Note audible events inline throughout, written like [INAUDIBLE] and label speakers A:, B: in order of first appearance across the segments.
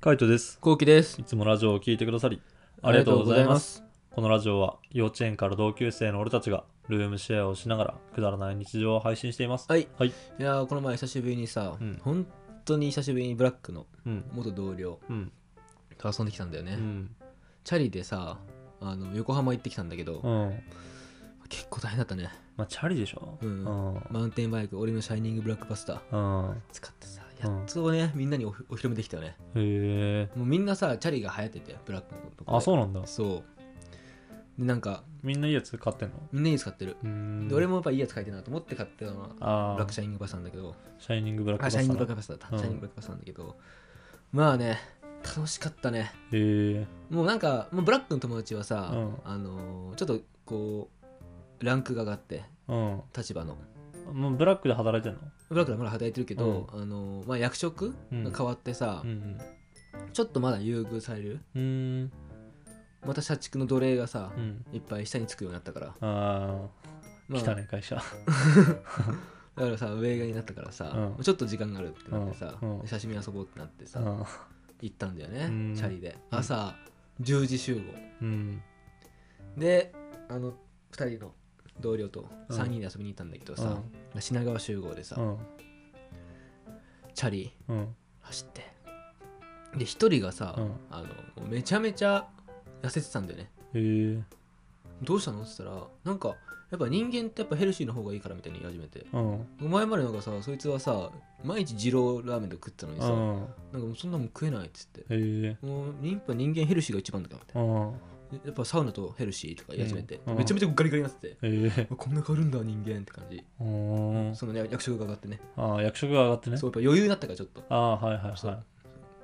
A: カイトです。
B: こうきです。
A: いつもラジオを聞いてくださり、あ
B: あ
A: り
B: り
A: が
B: が
A: とうご
B: とうご
A: ざ
B: ざ
A: い
B: い
A: ま
B: ますす。
A: このラジオは幼稚園から同級生の俺たちがルームシェアをしながらくだらない日常を配信しています。
B: はい。
A: はい。
B: いやーこの前久しぶりにさ、
A: うん
B: 本当に久しぶりにブラックの
A: うん。
B: 元同僚
A: うん。
B: と遊んできたんだよね。
A: うん。
B: チャリでさ、あの横浜行ってきたんだけど、
A: うん。
B: 結構大変だったね。
A: まあ、チャリでしょ。
B: うん
A: うん。
B: マウンテンバイク、俺のシャイニングブラックバスター
A: うん。へ
B: 使ってさ、やっとね、みんなにおお披露目できたよね。
A: え。
B: もうみんなさ、チャリが流行ってて、ブラックのとこ
A: あ、そう
B: う
A: なんだ。
B: そう。で、なんか、
A: みんないいやつ買ってんの
B: みんなに使ってる。
A: うーん。
B: で、俺もやっぱいいやつ書いてるなと思って買ってたのは、
A: あ
B: ブラッ
A: あ
B: ク、シャイニングバスターなんだけど、
A: シャイニングブラック
B: あ
A: バス
B: シ
A: タ
B: ャイニングブ
A: ー
B: ラックバスターだ
A: うん
B: シャイニングブラックバスターなんだけど、まあね楽しかったね
A: だ。へえ。
B: もうなんかもうブラックの友達はさ、
A: うん
B: あのーちょっとこうランクが上がって
A: うん。
B: 立場の
A: もうブラックで働いてんの
B: ブラックはまだ働いてるけど、あのーまあ、役職
A: うん
B: が変わってさ、
A: うん
B: ちょっとまだ優遇される
A: うん。うーん。
B: また社畜の奴隷がさ、
A: うん。
B: いっぱい下につくようになったから、
A: ああ、
B: まあ、
A: 来たね、会社。
B: だからさ上側になったからさ、
A: うん
B: ちょっと時間があるってなってさ、
A: うんうん
B: 久しぶりに遊ぼうってなってさ、
A: うん
B: 行ったんだよね、
A: うん
B: チャリで朝10時集合、
A: うん。
B: であの2人の同僚と
A: うん
B: 3人で遊びに行ったんだけど
A: う
B: さ
A: ん、
B: 品川集合でさ、
A: うん。
B: チャリ
A: うん。
B: 走ってで1人がさ、
A: うん
B: あのめちゃめちゃ痩せてたんだよね
A: へえ。
B: どうしたのって言ったらなんかやっぱ人間ってやっぱヘルシーの方がいいからみたいに言い始めて
A: うん。
B: 前までなんかさそいつはさ毎日二郎ラーメンとか食ってたのにさ、
A: うん。
B: なんかもうそんなもん食えないっつって
A: へえ。
B: もうやっぱ人間ヘルシーが一番だからみたい
A: うん。
B: なやっぱサウナとヘルシーとか言い始めて、
A: うんうん
B: めちゃめちゃガリガリになってて
A: へ
B: [LAUGHS]
A: え。
B: こんな変わるんだ人間って感じ
A: うん。
B: そのね役職が上がってね
A: ああ、役職が上がってね。
B: そうやっぱ余裕だったからちょっと
A: ああ、はいはい
B: そ。
A: はいう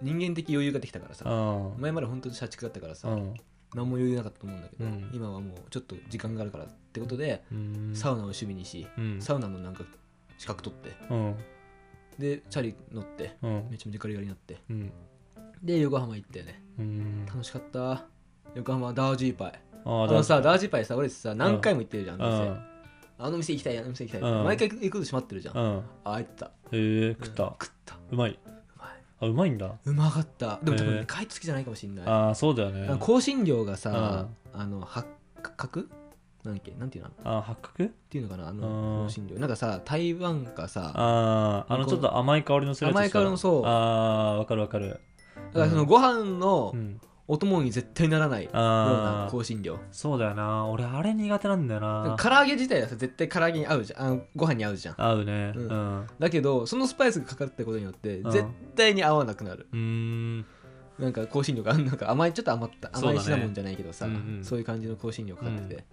B: 人間的余裕ができたからさ
A: うん。
B: 前まで本当に社畜だったからさ、
A: うん。
B: 何も余裕なかったと思うんだけど、
A: うん
B: 今はもうちょっと時間があるからってことで、
A: うん。
B: サウナを趣味にし、
A: うん。
B: サウナのなんか資格取って
A: うん。
B: でチャリ乗って
A: うん。
B: めちゃめちゃガリガリになって
A: うん。
B: で横浜行ったよね
A: うん。
B: 楽しかった横浜ダージーパイ
A: あ
B: あ
A: あ、
B: の
A: だ
B: さダージーパイさ俺さ何回も行ってるじゃん、
A: う
B: あの
A: ん
B: 店。あの店行きたいあの店行きたい、
A: うん
B: 毎回行くこと閉まってるじゃん、
A: う
B: あ
A: ん。
B: あ行った
A: へえ、食った。
B: 食ったう
A: うまい。
B: まい
A: あ、
B: う
A: うまいんだ。
B: うまかったでも多分
A: へえ
B: ね貝付きじゃないかもしんない
A: ああ、そうだよね
B: なん。か香辛料がさ、あの八角なんだっけなんていうのっ
A: ああ、八角
B: ていうのかなあ
A: う
B: の
A: ん
B: 香辛料なんかさ台湾かさ
A: ああ、あの、ちょっと甘い香りのするやつ。
B: 甘い香りのそう
A: ああ、わかるわかる。
B: だからそのご飯の
A: うん。
B: お供に絶対ならないような
A: ああ、
B: 香辛料
A: そうだよな。俺、あれ苦手なんだよな。
B: 唐揚げ自体はさ絶対唐揚げに合うじゃんあのご飯に合うじゃん
A: 合うね。う。
B: うんだけどそのスパイスがかかったことによって
A: うん
B: 絶対に合わなくなる
A: うーん。
B: なんか香辛料があんなんか甘いちょっと甘った
A: そうだ
B: 甘
A: ね
B: いシナモンじゃないけどさ
A: うんうん
B: そういう感じの香辛料かかってて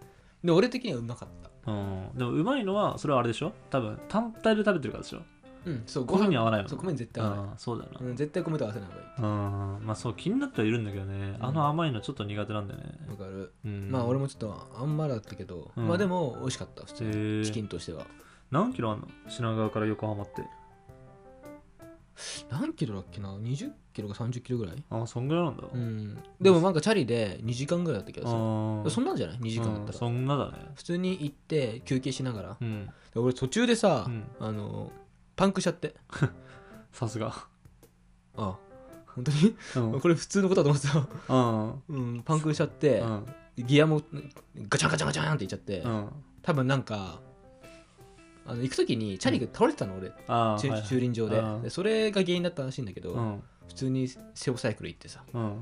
B: で俺的にはうまかった
A: うん、でもうまいのはそれはあれでしょ多分単体で食べてるからでしょ
B: うんそうご
A: 米に
B: 飯
A: 合わないよ
B: そう
A: ね
B: 米に絶対合わない
A: うんそうだよな
B: うん絶対米と合わせない方がいい
A: うん、まあそう気になってはいるんだけどね、
B: うん
A: あの甘いのちょっと苦手なんだよね、
B: わかる
A: うん、
B: まあ俺
A: も
B: もちょっとあんまだったけど、
A: うん
B: まあでも美味しかった普通にチキンとしては
A: 何キロあんの品川から横浜って
B: 何キロだっけな20キロか30キロぐらい
A: あそんぐらいなんだ、
B: う
A: うん
B: んでもなんかチャリで2時間ぐらいだったけどさそんなんじゃない2時間だ
A: う
B: っ
A: ん
B: たら
A: そんなだね
B: 普通に行って休憩しながら
A: うん
B: で俺途中でさ、
A: うん
B: あのパンクしちゃって
A: さす
B: [LAUGHS]
A: が
B: あ本当に
A: うん、うん
B: これ普通のことだと思ってた、
A: うん
B: うん、パンクしちゃって、
A: うん
B: ギアもガチャンガチャンガチャンっていっちゃって、
A: うん
B: 多分なんかあの行く時にチャリが倒れてたの俺
A: あー
B: 駐
A: はい
B: 駐輪場で,、
A: うん
B: でそれが原因だったらしいんだけど、
A: うん
B: 普通にセオサイクル行ってさ
A: うん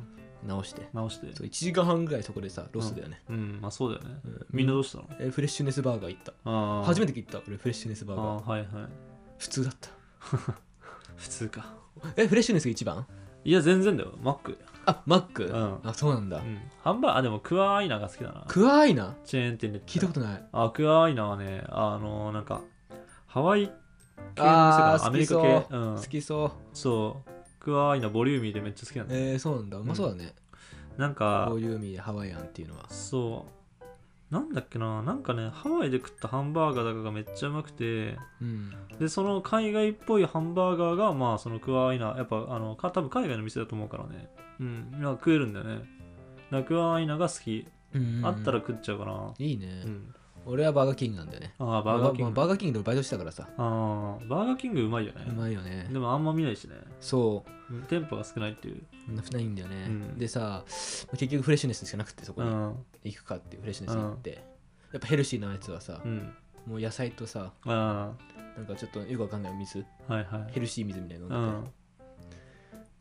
B: 直して
A: 直して
B: そう1時間半ぐらいそこでさロスだよね、
A: うんまあそうだよね、
B: うん
A: みんなどうしたの
B: えフレッシュネスバーガー行った
A: あ
B: 初め
A: て
B: て行った俺フレッシュネスバ
A: あ
B: ーガー
A: ーはいはい
B: 普通だった
A: 普通か
B: えフレッシュネスが一番
A: いや全然だよマック
B: あマック、
A: ん
B: あそうなんだ、
A: うん、ハンバーガーあでもクアアイナが好きだな
B: クアアイナ
A: チェーン店で
B: 聞いたことない
A: あクアアイナはねあのなんかハワイ系の店か
B: あ
A: な
B: ー
A: アメリカ
B: 好
A: 系
B: き
A: う、ん
B: 好、きそう
A: そうクアアイナボリューミーでめっちゃ好きなんだよ
B: えー、そうなんだうまそうだね、
A: なんか
B: こういう意味でハワイアンっていうのは
A: そうなんだっけななんかねハワイで食ったハンバーガーだかがめっちゃうまくて
B: うん
A: でその海外っぽいハンバーガーがまあそのクアアイナやっぱあのか多分海外の店だと思うからねうんなんか食えるんだよねだからクアアイナが好き
B: うん
A: あったら食っちゃうかな、
B: いいね、
A: うん、
B: 俺はバーガーキングなんだよね
A: ああ、バーガーキン
B: まあ
A: グ。
B: バーガーキングで俺バイトしてたからさ
A: ああ、バーガーキングうまいよね
B: う。まいよね
A: でもあんま見ないしね。
B: そ
A: うん店舗が少ないっていう。
B: うないんだよね、
A: うん
B: でさ結局フレッシュネスしかなくてそこ
A: う
B: に
A: ん。
B: 行くかっていうフレッシュネスに行って、やっぱヘルシーなやつはさ
A: う、ん。
B: もう野菜とさ
A: あ
B: なんかちょっとよくわかんない水
A: あ、はいはい。
B: ヘルシー水みたいな
A: う
B: の飲んで
A: ん。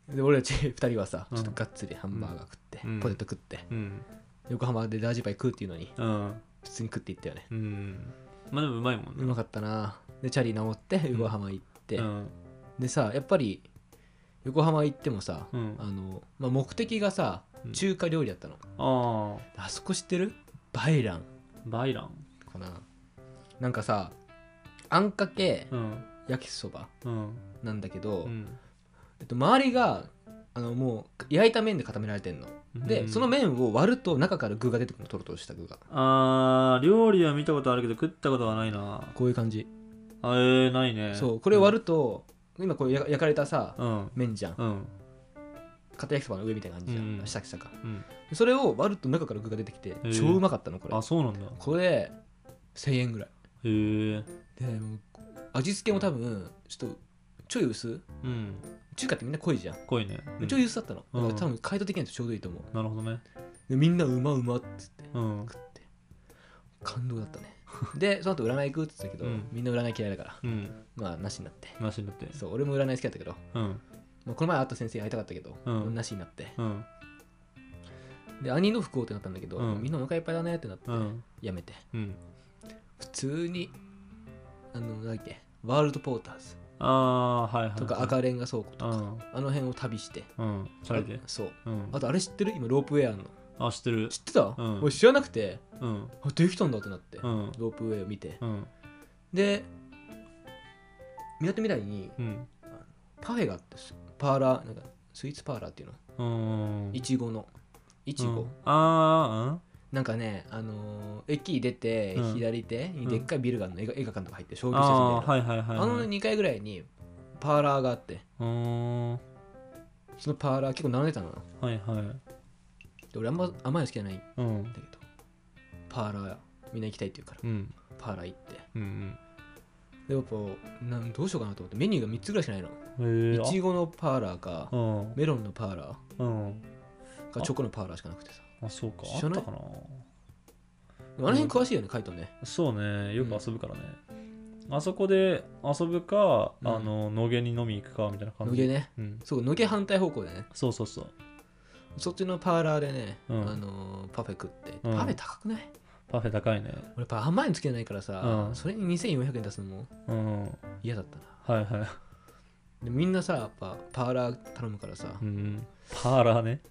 B: て、で俺たち2人はさ
A: うん
B: ちょっとがっつりハンバーガー食って、
A: うん
B: ポテト食って
A: うん。
B: 横浜でラージパイ食うっていうのに
A: うん。
B: 普通に食っていったよね
A: うん。まあでもうまいもんね。
B: うまかったなでチャリ直って横浜行って、
A: うん。
B: でさやっぱり横浜行ってもさ、
A: うん
B: あのまあ、目的がさ
A: うん
B: 中華料理だったの、
A: あ
B: あそこ知ってるバイラン
A: あ、バイラン。
B: かななんかさあんかけ
A: うん。
B: 焼きそば
A: うん。
B: なんだけど、
A: うん。
B: えっと、周りがあのもう焼いた麺で固められてんので、
A: うん
B: その麺を割ると中から具が出てくるのトロトロした具が
A: あー料理は見たことあるけど食ったことはないな
B: こういう感じ、
A: あえー、ないね
B: そうこれ割ると、今これ焼かれたさ
A: うん
B: 麺じゃん
A: うん
B: 片焼きそばの上みたいな感じじゃん、
A: うん
B: 下下か
A: うん
B: それを割ると中から具が出てきて
A: ー
B: 超うまかったのこれ
A: あそうなんだへ
B: これ1000円ぐらい
A: えー、
B: でもう味付けも多分ちょっとちょい薄
A: うん
B: 中華ってみんな濃いじゃん、
A: 濃いね、うん
B: ちょい薄だったの、
A: うん
B: だから多分解凍的にはちょうどいいと思う
A: なるほどね
B: でみんなうまうまっつって
A: うん
B: 食って感動だっ
A: [LAUGHS]
B: たねでその後占い行くって言ってたけど、
A: うん
B: みんな占い嫌いだから
A: うん
B: まあなしになって
A: なしになって
B: そう俺も占い好きだったけど、
A: うん
B: まあ、この前会った先生に会いたかったけど、
A: うん
B: なしになって
A: うん
B: で兄の不幸ってなったんだけど、
A: うん
B: みんなお腹いっぱいだねってなって
A: うん
B: やめて
A: うん
B: 普通にあのなんだっけワールドポーターズ
A: ああーはいはい
B: とか
A: 赤
B: 赤レンガ倉庫と
A: う
B: か、
A: ん
B: あの辺を旅して
A: うんチャリで
B: あそう
A: うん
B: あとあれ知ってる今ロープウェイあるの
A: あ知ってる
B: 知ってた、
A: うん
B: 俺知らなくて
A: うん
B: あできたんだってなって、
A: うん
B: ロープウェイを見て
A: うん
B: でみなとみらいに
A: うん
B: パフェがあってすパーラーなんかスイーツパーラーっていうの
A: うん
B: いちごのいちご、
A: うんあ
B: なんかね、あのー駅出て
A: うん
B: 左手にでっかいビルがあるの、映画映画館とか入って
A: ー
B: 商
A: うん
B: 業施設
A: あ
B: みたい
A: ー
B: な、
A: はいはいはいはい
B: あの2階ぐらいにパーラーがあって
A: うんは
B: そのパーラー結構並んでたのよ
A: いはい
B: で俺あんま甘いの好きじゃないんだ
A: うん
B: けどパーラーみんな行きたいって言うから
A: うん
B: パーラー行って
A: うん
B: でやっぱなんどうしようかなと思ってメニューが3つぐらいしかないの
A: うんへえ
B: いちごのパーラーか
A: うん
B: メロンのパーラ
A: うん
B: ーかチョコのパーラーしかなくてさ
A: あそうか
B: 知
A: あ
B: ら
A: っ
B: な
A: た
B: い
A: かな
B: でもあの辺詳しいよねカイトね
A: そうねよく遊ぶからね、あそこで遊ぶか、
B: うん
A: あの野毛に飲み行くかみたいな感
B: 野
A: じ
B: 毛ね
A: うん、
B: そう野毛反対方向でね
A: そうそうそう
B: そっちのパーラーでね、
A: うん
B: あのーパフェ食って、
A: うん
B: パフェ高くない
A: パフェ高いね
B: 俺やっぱ甘いのつけないからさ、
A: うん
B: それに2400円出すのも
A: うんは
B: 嫌だったない
A: はい、 [LAUGHS]
B: でみんなさやっぱパーラー頼むからさ、
A: うん、パーラーね、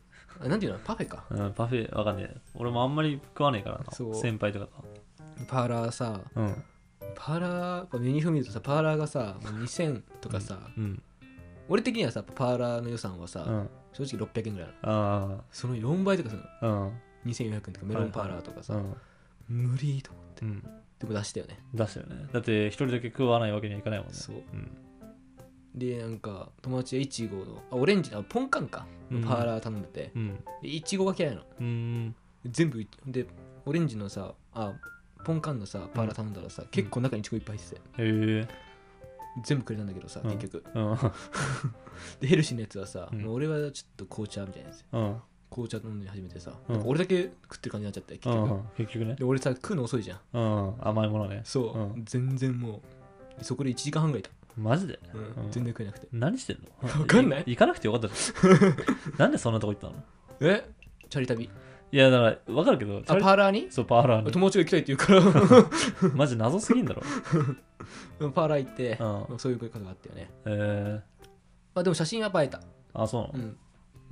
B: あなんていうのパフェか
A: うん、パフェわかんねえ俺もあんまり食わねえからな
B: そう
A: 先輩とか
B: パーラーさ
A: とうん
B: パーラーやっぱメニュー表見るとさパーラーがさもう2000とかさ、
A: うん
B: 俺的にはさパーラーの予算はさ、
A: うん
B: 正直600円ぐらいなの
A: あ
B: その4倍とかする
A: あうん
B: の2400円とかメロンパーラーとかさ、
A: うん、
B: 無理と思って
A: うん、
B: でも出したよね
A: 出したよねだって一人だけ食わないわけにはいかないもんね
B: そう
A: うん
B: でなんか友達がイチゴのあオレンジのあポンカンか
A: うん
B: のパーラー頼んでて、
A: うん
B: でイチゴが嫌いなの
A: うん
B: 全部いでオレンジのさあポンカンのさパーラー頼んだらさ、結構中にイチゴいっぱい入ってて
A: へえ
B: 全部くれたんだけどさ、
A: うん
B: 結局
A: うん
B: でヘルシーなやつはさ、
A: うん
B: もう俺はちょっと紅茶みたいなやつ
A: うん
B: 紅茶飲んで始めてさ、
A: うん
B: なんか俺だけ食ってる感じになっちゃって結
A: う
B: 局、
A: ん結局ね
B: で俺さ食うの遅いじゃん
A: うん甘いものね
B: そう、
A: う
B: 全然もうそこで1時間半ぐらいいた、
A: マジで、
B: うん
A: うん
B: 全然食えなくて
A: 何してんの
B: わかんない
A: 行かなくてよかったじゃん [LAUGHS] なんでそんなとこ行ったの
B: えチャリ旅
A: いやだから分かるけどチ
B: あ
A: ャリ
B: パーラーに
A: そうパーラー
B: 友達が行きたいって言うか [LAUGHS]
A: にマジ謎すぎんだろ、 [LAUGHS]
B: ら [LAUGHS] パーラー行って、
A: う
B: まあそういうことがあったよね
A: ん、えー、
B: まあでも写真は映えた
A: あそうなの、
B: うん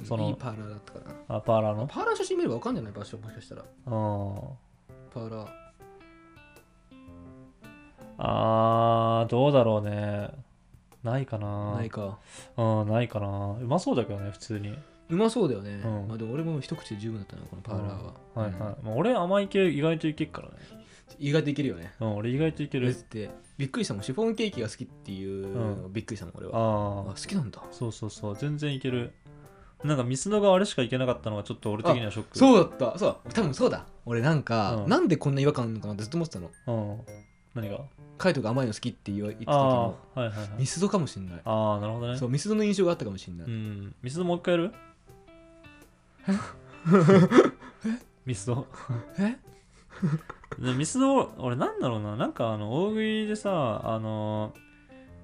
A: その
B: いいパーラーだったかな
A: あパーラーの
B: パーラー写真見ればわかんじゃない場所もしかしたらパーラー
A: あーあーどうだろうねないかな
B: ないか
A: うんないかなうまそうだけどね普通に
B: うまそうだよね、
A: うん
B: まあでも俺も一口で十分だったなこのパーラーは、
A: はいはい、まあ、俺甘い系意外といけっからね、
B: 意外といけるよね
A: うん、俺意外といけ
B: だっ
A: る
B: てびっくりしたもんシフォンケーキが好きっていうのがびっくりしたもん俺は、
A: あ
B: あ
A: あ
B: 好きなんだ
A: そうそうそう全然いけるなんかミスドがあれしか行けなかったのがちょっと俺的にはショックう、
B: そうだったそうだ多分そうだ俺なんか、
A: うん
B: なんでこんな違和感あるのかなってずっと思ってたの
A: うん、何が
B: カイトが甘いの好きって言わ言ってた時
A: あ
B: も
A: あーはいはいはい
B: ミスドかもしんない
A: ああなるほどね
B: そうミスドの印象があったかもしんない、
A: うんミスドもう一回やるミスド
B: え
A: でミスド俺なんだろうななんかあの大食いでさあの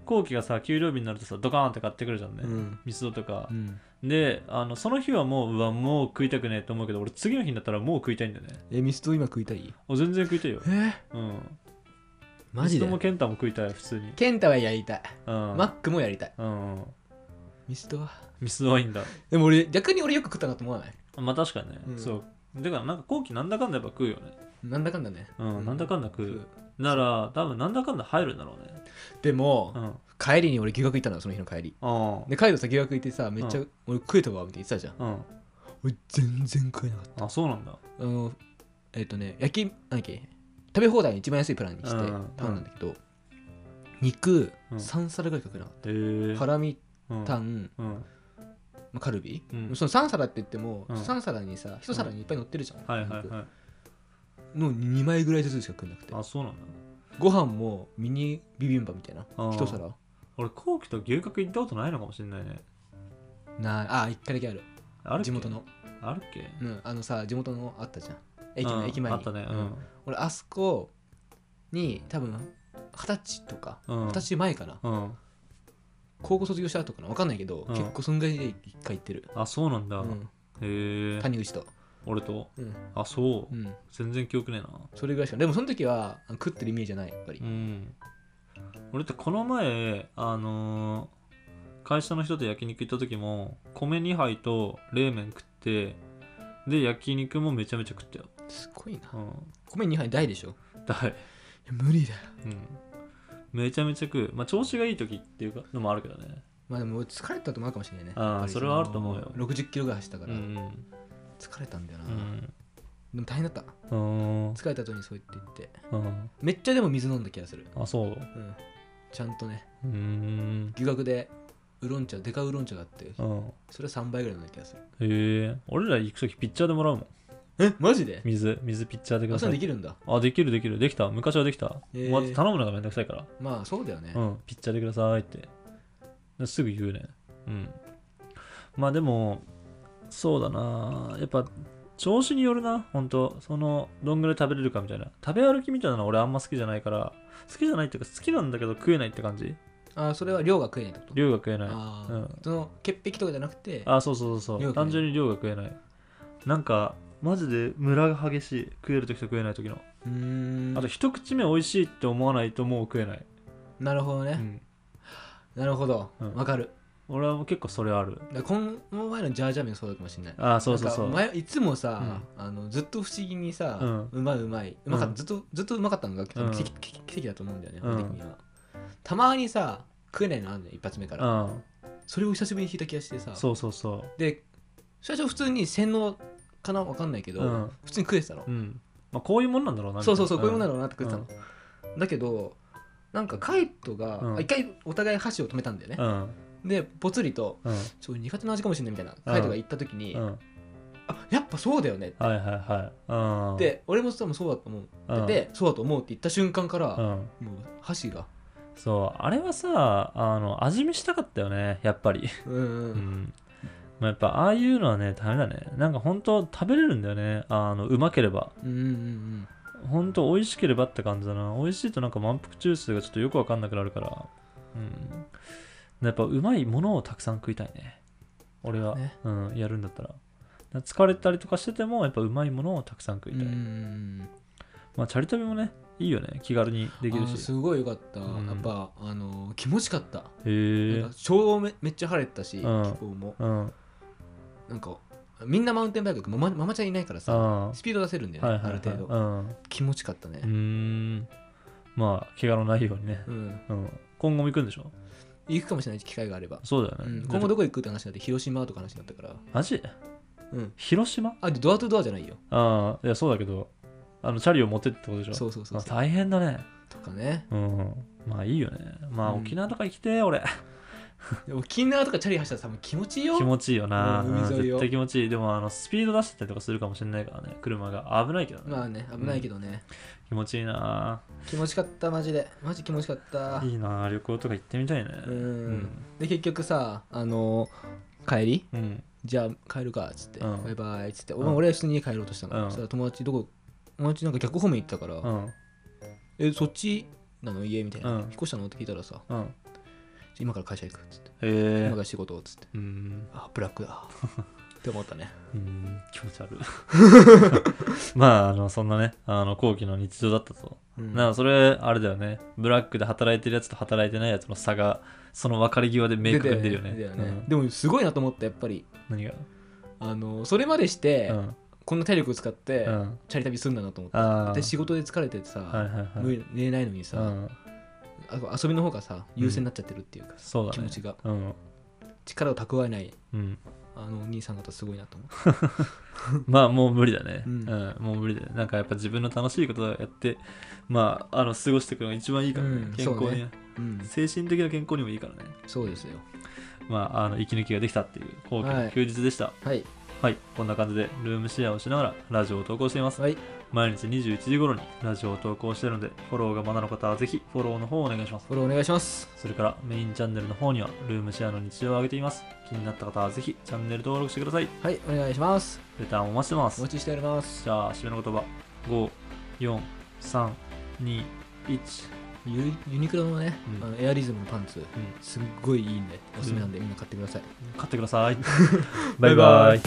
A: 後期がさ給料日になるとさドカーンって買ってくるじゃんね、
B: うん、
A: ミスドとか
B: う、ん、
A: であのその日はもううわもう食いたくねえと思うけど俺次の日になったらもう食いたいんだよね
B: えミスド今食いたい
A: お全然食いたいよ
B: え
A: うん
B: [LAUGHS] マジ
A: ミスド
B: で
A: もケンタも食いたい普通に
B: ケンタはやりたい、
A: うん
B: マックもやりたい
A: うん、
B: ミスドは
A: ミスドはいいんだ
B: でも俺逆に俺よく食ったなと思わない
A: まあ確かにね、
B: うん
A: そうだからなんか後期なんだかんだやっぱ食うよね
B: なんだかんだね
A: うん、
B: うん
A: なんだかんだ食うなら多分なんだかんだ入るんだろうね
B: でも、
A: うんあ
B: 帰りに俺牛角行ったのその日の帰り
A: あ
B: でカイトさ牛角行ってさめっちゃ、
A: う
B: 俺食えたわみたいな言ってたじゃん
A: うん
B: 俺全然食えなかっ
A: あそうなんだ
B: たあのえっ、とね焼きなんだっけ食べ放題の一番安いプランにして
A: うん
B: 頼んだんだけど、肉
A: うん
B: 3皿ぐらいかけなかっ
A: へえ
B: たハラミ
A: うん
B: タン、
A: うん
B: まあ、カルビ、
A: うん
B: その3皿って言っても、
A: うん
B: 3皿にさ1皿にいっぱい乗ってるじゃん、
A: はいはい
B: 肉
A: はい
B: の2枚ぐらいずつしか食えなくて
A: あそうなんだ
B: ご飯もミニビビンバみたいな
A: あー
B: 1皿
A: 俺後期と牛角行ったことないのかもしれないね
B: ないあ1回だけある
A: あるっけ
B: 地元の
A: あるっけ
B: うん、あのさ地元のあったじゃん駅の
A: うん
B: 駅前に
A: あったねう
B: 俺あそこに多分二十歳とか
A: んうん
B: 二十歳前かな、
A: うん
B: 高校卒業した後かな分かんないけど、
A: うん
B: 結構そんぐらいで一回行ってる、
A: あそうなん
B: う
A: だ、
B: ん、
A: へえ
B: 谷口と
A: 俺と
B: うん、
A: あそう、
B: うん、
A: 全然記憶ねえな
B: それぐらいしかでもその時はあの食ってるイメージじゃないやっぱり、
A: うん俺ってこの前あのー会社の人と焼肉行った時も米2杯と冷麺食ってで焼肉もめちゃめちゃ食ったよ
B: すごいな
A: うん
B: 米2杯大でしょい
A: だい
B: や無理だよ
A: うんめちゃめちゃ食うまあ調子がいい時っていうかのもあるけどね
B: まあでも俺疲れたともあるかもしれないね
A: あー
B: やっぱり
A: それはあると思うよ
B: 6 0キロぐらい走ったか
A: う
B: ら、
A: ん
B: 疲れたんだよな、
A: うん
B: でも大変だった
A: うん
B: 疲れた後にそう言って言って
A: うん
B: めっちゃでも水飲んだ気がする
A: あそう
B: うんちゃんとね
A: うん
B: 留学でウーロン茶デカウーロン茶があって
A: うん
B: それは3倍ぐらいな気がする
A: へえ俺ら行く時ピッチャーでもらうもん
B: えマジで
A: 水水ピッチャーでく
B: あ
A: ださ
B: それで
A: い
B: きるんだ
A: あできるできるできた昔はできた、
B: へー
A: もうあと頼むのがめんどくさいから
B: まあそうだよね
A: うん、ピッチャーでくださいって。ですぐ言うね。うん。まあでも、そうだな。やっぱ、調子によるな、ほんと。その、どんぐらい食べれるかみたいな。食べ歩きみたいなの俺あんま好きじゃないから、好きじゃないっていうか、好きなんだけど食えないって感じ。
B: あそれは量が食えないってこと
A: 量が食えない。
B: あ
A: う
B: ー
A: ん
B: その潔癖とかじゃなくて
A: あ、そうそうそう
B: 量
A: そう。
B: が食えな
A: 単
B: い
A: 純に量が食えない。なんか、マジでムラが激しい。食えるときと食えないときの。
B: うーん
A: あと、一口目美味しいって思わないともう食えない。
B: なるほど
A: う
B: ね
A: ん。
B: なるほど
A: うん
B: わかる
A: 俺は結構それある。
B: だからこの前のジャージャー麺そうだかもしれない
A: あ、そうそうそう。
B: なんか前いつもさあのずっと不思議にさ
A: う
B: うまいうまいうまかっ
A: うん
B: たずっとずっとうまかったのが
A: うん
B: 奇跡奇跡奇跡だと思うんだよね
A: うん
B: 俺的にはたまにさ食えないのあるのよ一発目から
A: うん。
B: それを久しぶりに聞いた気がしてさ
A: そうそうそ
B: で最初普通に洗脳かなわかんないけど、
A: うん
B: 普通に食えてたの
A: う、うんまあ、こういうもんなんだろうな
B: そうそうそうこういうもんだ
A: ろ
B: ろうなって食えてたの、だけどなんかカイトが、
A: うん
B: あ一回お互い箸を止めたんだよね
A: う、ん
B: でぽつりと
A: うん
B: 「ちょ苦手な味かもしれない」みたいな、カイトが言った時に「
A: うん、うん、
B: あやっぱそうだよね」って、
A: はいはいはいうん
B: で俺も多分そうだと思う
A: う
B: って
A: ん、
B: でそうだと思うって言った瞬間から、
A: うん、
B: もう箸が
A: そうあれはさあの味見したかったよねやっぱり
B: うんうん
A: う
B: うん
A: ん、まあ、やっぱああいうのはねダメだねなんか本当食べれるんだよねあのうまければ
B: うんうん
A: 本当美味しければって感じだな美味しいとなんか満腹中枢がちょっとよくわかんなくなるからうんやっぱうまいものをたくさん食いたいね俺は、
B: ね
A: うん、やるんだったらだから疲れたりとかしててもやっぱうまいものをたくさん食い
B: うんう
A: たい、
B: んうん
A: まあチャリ旅もねいいよね気軽にできる
B: あー
A: し
B: すごいよかった、
A: うん
B: やっぱあのー気持ちかった
A: へ
B: な
A: え
B: んか超めめっちゃ晴れてたし、
A: うん
B: 気候も
A: うん
B: なんかみんなマウンテンバイクママママちゃんいないからさ
A: あ
B: スピード出せるんだ
A: ー
B: よね、
A: はいはいはい
B: ある程度、
A: うんう
B: 気持ちかったね
A: ー、んまあ怪我のないようにね、
B: うん
A: うん、今後も行くんでしょ
B: 行くかもしれない機会があれば、
A: そうだよ
B: う
A: ね、
B: ん、今後どこ行くって話になって広島とか話になったから、
A: マジ
B: うん、
A: 広島
B: あでドアトゥドアじゃないよ
A: ああいやそうだけどあのチャリを持ってってことでしょ
B: そううそうそうそう
A: 大変だね
B: とかね
A: うんまあいいよねまあ
B: うん
A: 沖縄とか行きてえ俺
B: でも沖縄とかチャリ走ったら多分気持ちいいよ
A: 気持ちいいよな、
B: うん
A: うん
B: 海沿いよ
A: 絶対気持ちいいでもあのスピード出してたりとかするかもしれないからね車が危ないけどね、
B: まあね危ないけどね、
A: 気持ちいいな
B: 気持ちかったマジでマジ気持ちかった
A: いいな旅行とか行ってみたいね
B: うん、で結局さあの帰り
A: うん、うん
B: じゃあ帰るかっつって、
A: うん
B: バイバイっつって、
A: ん
B: 俺は普通に家帰ろうとしたの、
A: うん
B: そしたら友達どこ友達なんか逆方面行ったから、
A: うん
B: えそっちなの家みたいな、
A: うん
B: 引っ越したのって聞いたらさ
A: うん
B: 今から会社行くっつって、
A: へ
B: 今
A: え
B: から仕事っつって
A: うん
B: あブラックだって思ったね
A: うん気持ち
B: [LAUGHS]
A: 悪い [LAUGHS] まああのそんなねあの後期の日常だったと、
B: うん
A: なんかそれあれだよねブラックで働いてるやつと働いてないやつの差がその別れ際で明確に出るよね
B: 出たよね
A: うん
B: でもすごいなと思ったやっぱり
A: 何が
B: あのそれまでして、
A: うん
B: こんな体力使って、
A: うん
B: チャリ旅すんだなと思って
A: ああ
B: で仕事で疲れててさ、
A: はいはいはい
B: 無理寝れないのにさ、
A: うん
B: あ遊びの方がさ優先になっちゃってるっていうか、
A: そうだね
B: 気持ちが
A: うん
B: 力を蓄えない
A: うん
B: あのお兄さん方すごいなと思って
A: まあもう無理だね、
B: う
A: うんんもう無理だねなんかやっぱ自分の楽しいことをやってまああの過ごしていくのが一番いいからね、
B: うん
A: 健康
B: そう
A: に、
B: ねうん
A: 精神的な健康にもいいからね
B: そうですよ
A: まああの息抜きができたっていう後期
B: は
A: の
B: い
A: 休日でしたはい、
B: はい
A: こんな感じでルームシェアをしながらラジオを投稿しています
B: はい
A: 毎日21時頃にラジオを投稿しているのでフォローがまだの方はぜひフォローの方をお願いします
B: フォローお願いします
A: それからメインチャンネルの方にはルームシェアの日常を上げています気になった方はぜひチャンネル登録してください
B: はいお願いします
A: レターもお待ちしてま
B: お
A: す
B: 待ちしております
A: じゃあ、締めの言葉。5、4、3、2、1。
B: ユユニクロのね、
A: うん
B: あのエアリズムのパンツ
A: うん
B: すっごいいいんでおすすめなんでみんな買ってください、 [LAUGHS]
A: 買ってください。
B: バ
A: バ
B: イ
A: イ
B: バ
A: バ
B: イ
A: イ。